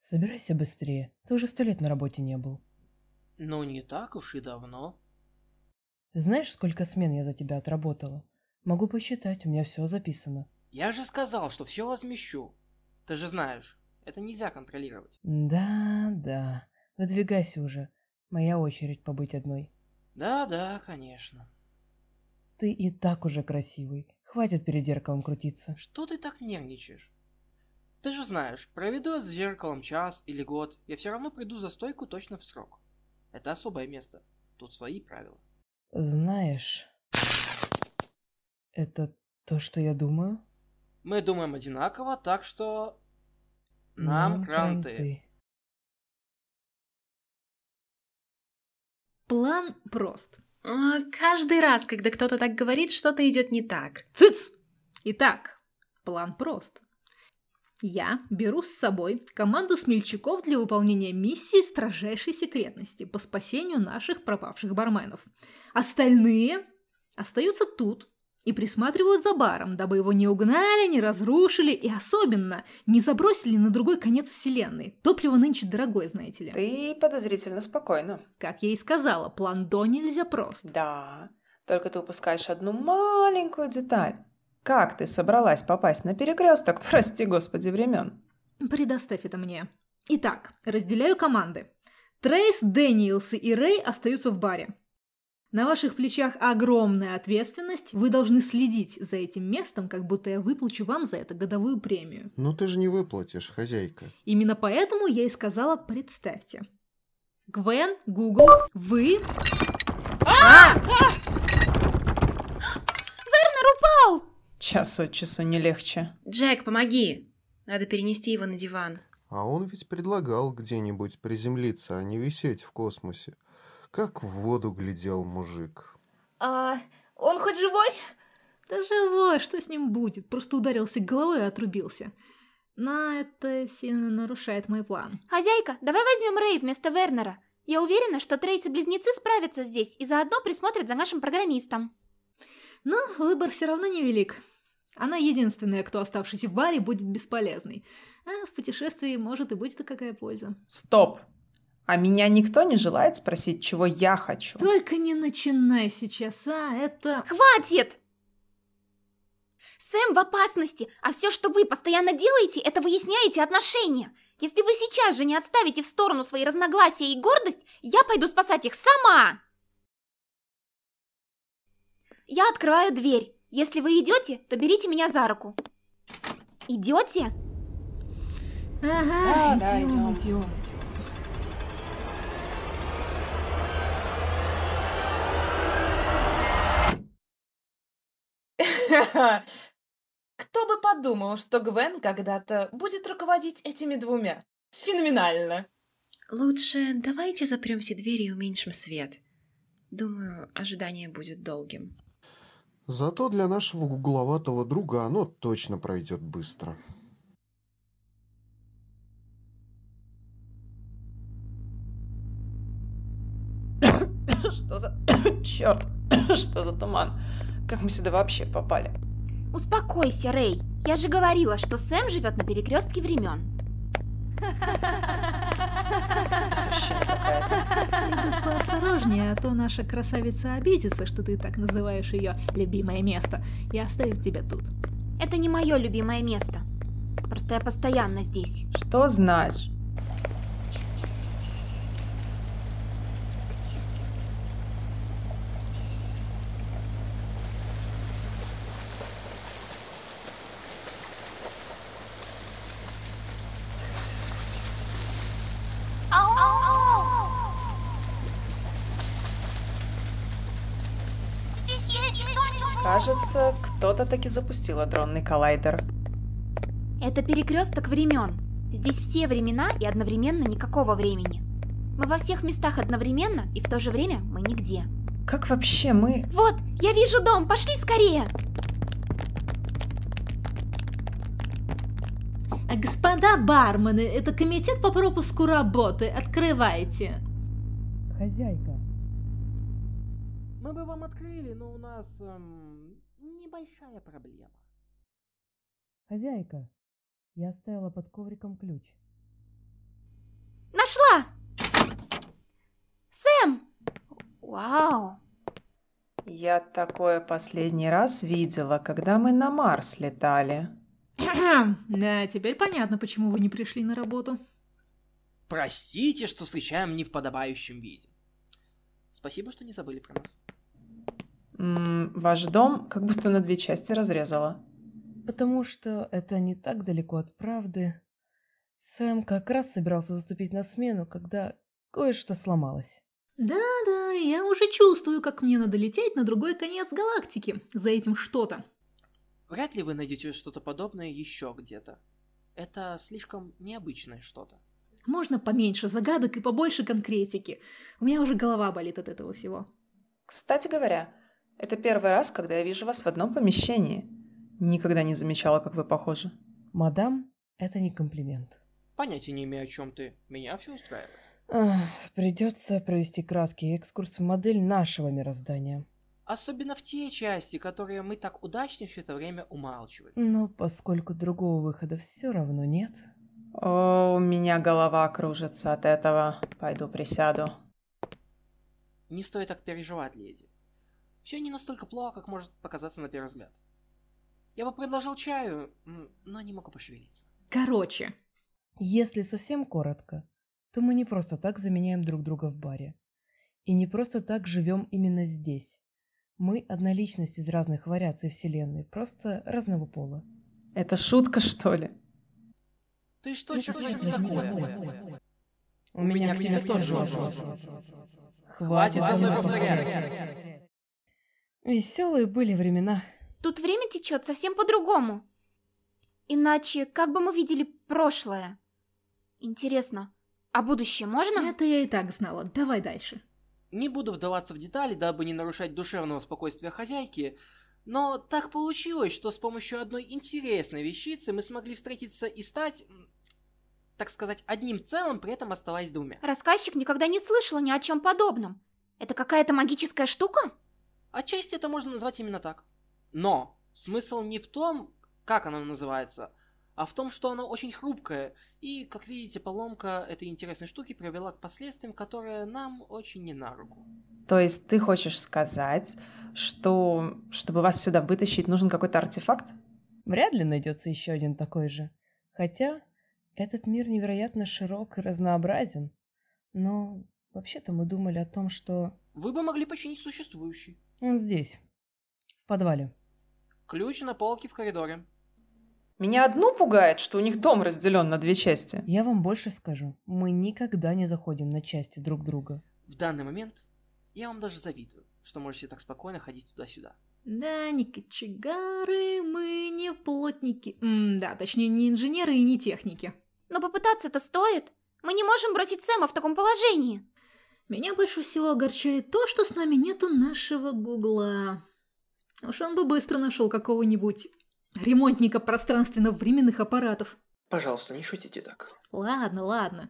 Собирайся быстрее, ты уже сто лет на работе не был. Ну, не так уж и давно. Знаешь, сколько смен я за тебя отработала? Могу посчитать, у меня все записано. Я же сказал, что все возмещу. Ты же знаешь, это нельзя контролировать. Да, да. Выдвигайся уже. Моя очередь побыть одной. Да-да, конечно. Ты и так уже красивый. Хватит перед зеркалом крутиться. Что ты так нервничаешь? Ты же знаешь, проведу я с зеркалом час или год, я все равно приду за стойку точно в срок. Это особое место. Тут свои правила. Знаешь, это то, что я думаю? Мы думаем одинаково, так что... Нам, кранты. План прост. А, Каждый раз, когда кто-то так говорит, что-то идет не так. Цыц! Итак, план прост. Я беру с собой команду смельчаков для выполнения миссии строжайшей секретности по спасению наших пропавших барменов. Остальные остаются тут и присматривают за баром, дабы его не угнали, не разрушили и особенно не забросили на другой конец вселенной. Топливо нынче дорогое, знаете ли. Ты подозрительно спокойно. Как я и сказала, план до нельзя прост. Да, только ты упускаешь одну маленькую деталь. Как ты собралась попасть на перекресток, прости господи, времен? Предоставь это мне. Итак, разделяю команды. Трейс, Дэниелс и Рэй остаются в баре. На ваших плечах огромная ответственность. Вы должны следить за этим местом, как будто я выплачу вам за это годовую премию. Ну ты же не выплатишь, хозяйка. Именно поэтому я и сказала «представьте». Гвен, Гугл, вы... Час от часу не легче. Джек, помоги! Надо перенести его на диван. А он ведь предлагал где-нибудь приземлиться, а не висеть в космосе. Как в воду глядел мужик. А он хоть живой? Да живой, что с ним будет? Просто ударился головой и отрубился. Но это сильно нарушает мой план. Хозяйка, давай возьмем Рэй вместо Вернера. Я уверена, что трейцы-близнецы справятся здесь и заодно присмотрят за нашим программистом. Но выбор все равно невелик. Она единственная, кто, оставшись в баре, будет бесполезной. А в путешествии, может, и будет какая польза. Стоп! А меня никто не желает спросить, чего я хочу. Только не начинай сейчас, а это... Хватит! Сэм в опасности, а все, что вы постоянно делаете, это выясняете отношения. Если вы сейчас же не отставите в сторону свои разногласия и гордость, я пойду спасать их сама! Я открываю дверь. Если вы идете, то берите меня за руку. Идете? Ага, Да, да, идем, идём. идем. Кто бы подумал, что Гвен когда-то будет руководить этими двумя. Феноменально. Лучше давайте запрем все двери и уменьшим свет. Думаю, ожидание будет долгим. Зато для нашего гугловатого друга оно точно пройдет быстро. Что за... Черт, что за туман? Как мы сюда вообще попали? Успокойся, Рэй. Я же говорила, что Сэм живет на перекрестке времен. Совщина какая-то. Ты бы поосторожнее, а то наша красавица обидится, что ты так называешь ее любимое место, и оставит тебя тут. Это не мое любимое место. Просто я постоянно здесь. Что значит? Здесь есть кто-нибудь? Кажется, кто-то таки запустил адронный коллайдер. Это перекресток времен. Здесь все времена и одновременно никакого времени. Мы во всех местах одновременно, и в то же время мы нигде. Как вообще мы... Вот, я вижу дом, пошли скорее! А господа бармены, это комитет по пропуску работы, открывайте. Хозяйка, Мы бы вам открыли, но у нас эм, небольшая проблема. хозяйка. Я оставила под ковриком ключ. нашла! Сэм! Вау! Я такое последний раз видела, когда мы на Марс летали. Да, теперь понятно, почему вы не пришли на работу. Простите, что встречаем не в подобающем виде. Спасибо, что не забыли про нас. М, ваш дом как будто на две части разрезала. Потому что это не так далеко от правды. Сэм как раз собирался заступить на смену, когда кое-что сломалось. Да-да, я уже чувствую, как мне надо лететь на другой конец галактики за этим что-то. Вряд ли вы найдете что-то подобное еще где-то. Это слишком необычное что-то. Можно поменьше загадок и побольше конкретики. У меня уже голова болит от этого всего. Кстати говоря, это первый раз, когда я вижу вас в одном помещении. Никогда не замечала, как вы похожи. Мадам, это не комплимент. Понятия не имею, о чем ты. Меня все устраивает. Ах, придется провести краткий экскурс в модель нашего мироздания. Особенно в те части, которые мы так удачно все это время умалчивали. Но поскольку другого выхода все равно нет... О, у меня голова кружится от этого. Пойду присяду. Не стоит так переживать, леди. Все не настолько плохо, как может показаться на первый взгляд. Я бы предложил чаю, м, но не могу пошевелиться. Короче, Если совсем коротко, то мы не просто так заменяем друг друга в баре. И не просто так живем именно здесь. Мы одна личность из разных вариаций Вселенной, просто разного пола. Это шутка, что ли? Ты что, Я черт тоже возьми, не такое? такое. У меня к тебе тоже вопрос. Хватит за мной повторять. Веселые были времена. Тут время течет совсем по-другому. Иначе, как бы мы видели прошлое? Интересно, а будущее можно? это я и так знала. Давай дальше. Не буду вдаваться в детали, дабы не нарушать душевного спокойствия хозяйки, но так получилось, что с помощью одной интересной вещицы мы смогли встретиться и стать, м, так сказать, одним целым, при этом оставаясь двумя. Рассказчик никогда не слышала ни о чем подобном. Это какая-то магическая штука? Отчасти это можно назвать именно так. Но смысл не в том, как оно называется, а в том, что оно очень хрупкое, и, как видите, поломка этой интересной штуки привела к последствиям, которые нам очень не на руку. То есть ты хочешь сказать, что чтобы вас сюда вытащить, нужен какой-то артефакт? Вряд ли найдется еще один такой же. Хотя этот мир невероятно широк и разнообразен. Но вообще-то мы думали о том, что Вы бы могли починить существующий. он здесь, в подвале. Ключ на полке в коридоре. Меня одну пугает, что у них дом разделен на две части. Я вам больше скажу. Мы никогда не заходим на части друг друга. В данный момент я вам даже завидую, что можете так спокойно ходить туда-сюда. Да, не кочегары, мы не плотники. М, да, точнее, не инженеры и не техники. Но попытаться-то стоит. Мы не можем бросить Сэма в таком положении. Меня больше всего огорчает то, что с нами нету нашего Гугла. Уж он бы быстро нашел какого-нибудь ремонтника пространственно-временных аппаратов. Пожалуйста, не шутите так. Ладно, ладно.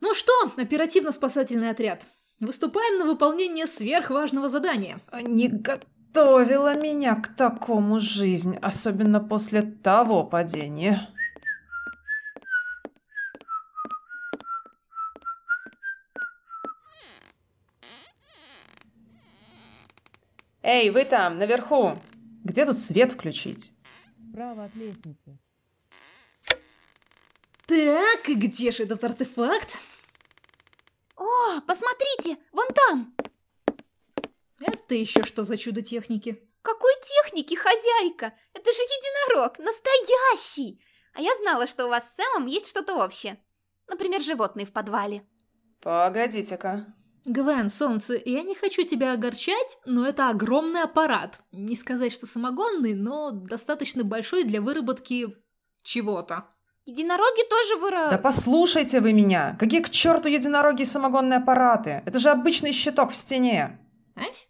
Ну что, оперативно-спасательный отряд, выступаем на выполнение сверхважного задания. а, Не готовила меня к такому жизнь, особенно после того падения. Эй, вы там, наверху! Где тут свет включить? Справа от лестницы. Так, и где же этот артефакт? О, посмотрите, вон там. Это еще что за чудо техники? Какой техники хозяйка? Это же единорог, настоящий! А я знала, что у вас с Сэмом есть что-то общее. Например, животные в подвале. Погодите-ка. Гвен, солнце, я не хочу тебя огорчать, но это огромный аппарат. Не сказать, что самогонный, но достаточно большой для выработки чего-то. Единороги тоже выра... Да послушайте вы меня! Какие к черту единороги и самогонные аппараты? Это же обычный щиток в стене! Ась?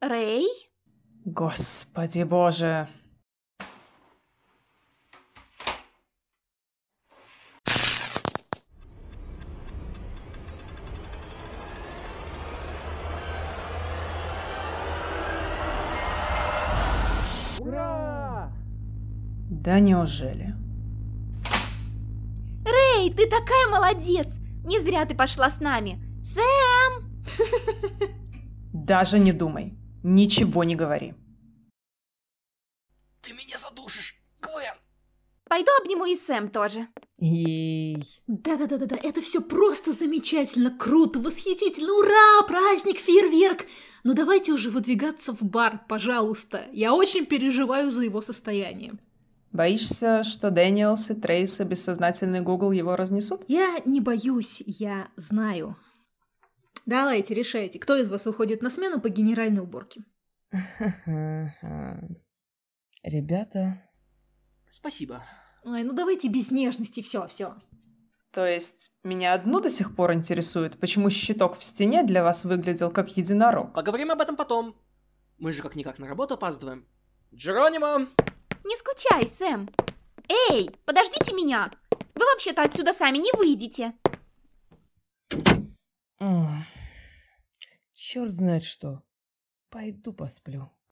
Рэй? Господи боже! Ура! Да неужели? Рэй, ты такая молодец! Не зря ты пошла с нами. Сэ, Даже не думай. Ничего не говори. Ты меня задушишь, Гвен! пойду обниму и Сэм тоже. Ей. Да-да-да-да, это все просто замечательно, круто, восхитительно, ура, праздник, фейерверк! Но давайте уже выдвигаться в бар, пожалуйста. Я очень переживаю за его состояние. Боишься, что Дэниелс и Трейс и бессознательный Гугл его разнесут? Я не боюсь, я знаю. Давайте, решайте, кто из вас выходит на смену по генеральной уборке. Ха-ха-ха. Ребята, Спасибо. Ой, ну давайте без нежности, все, все. То есть, меня одну до сих пор интересует, почему щиток в стене для вас выглядел как единорог. Поговорим об этом потом. Мы же как-никак на работу опаздываем. Джеронимо! Не скучай, Сэм. Эй, подождите меня. Вы вообще-то отсюда сами не выйдете. Черт знает что. Пойду посплю.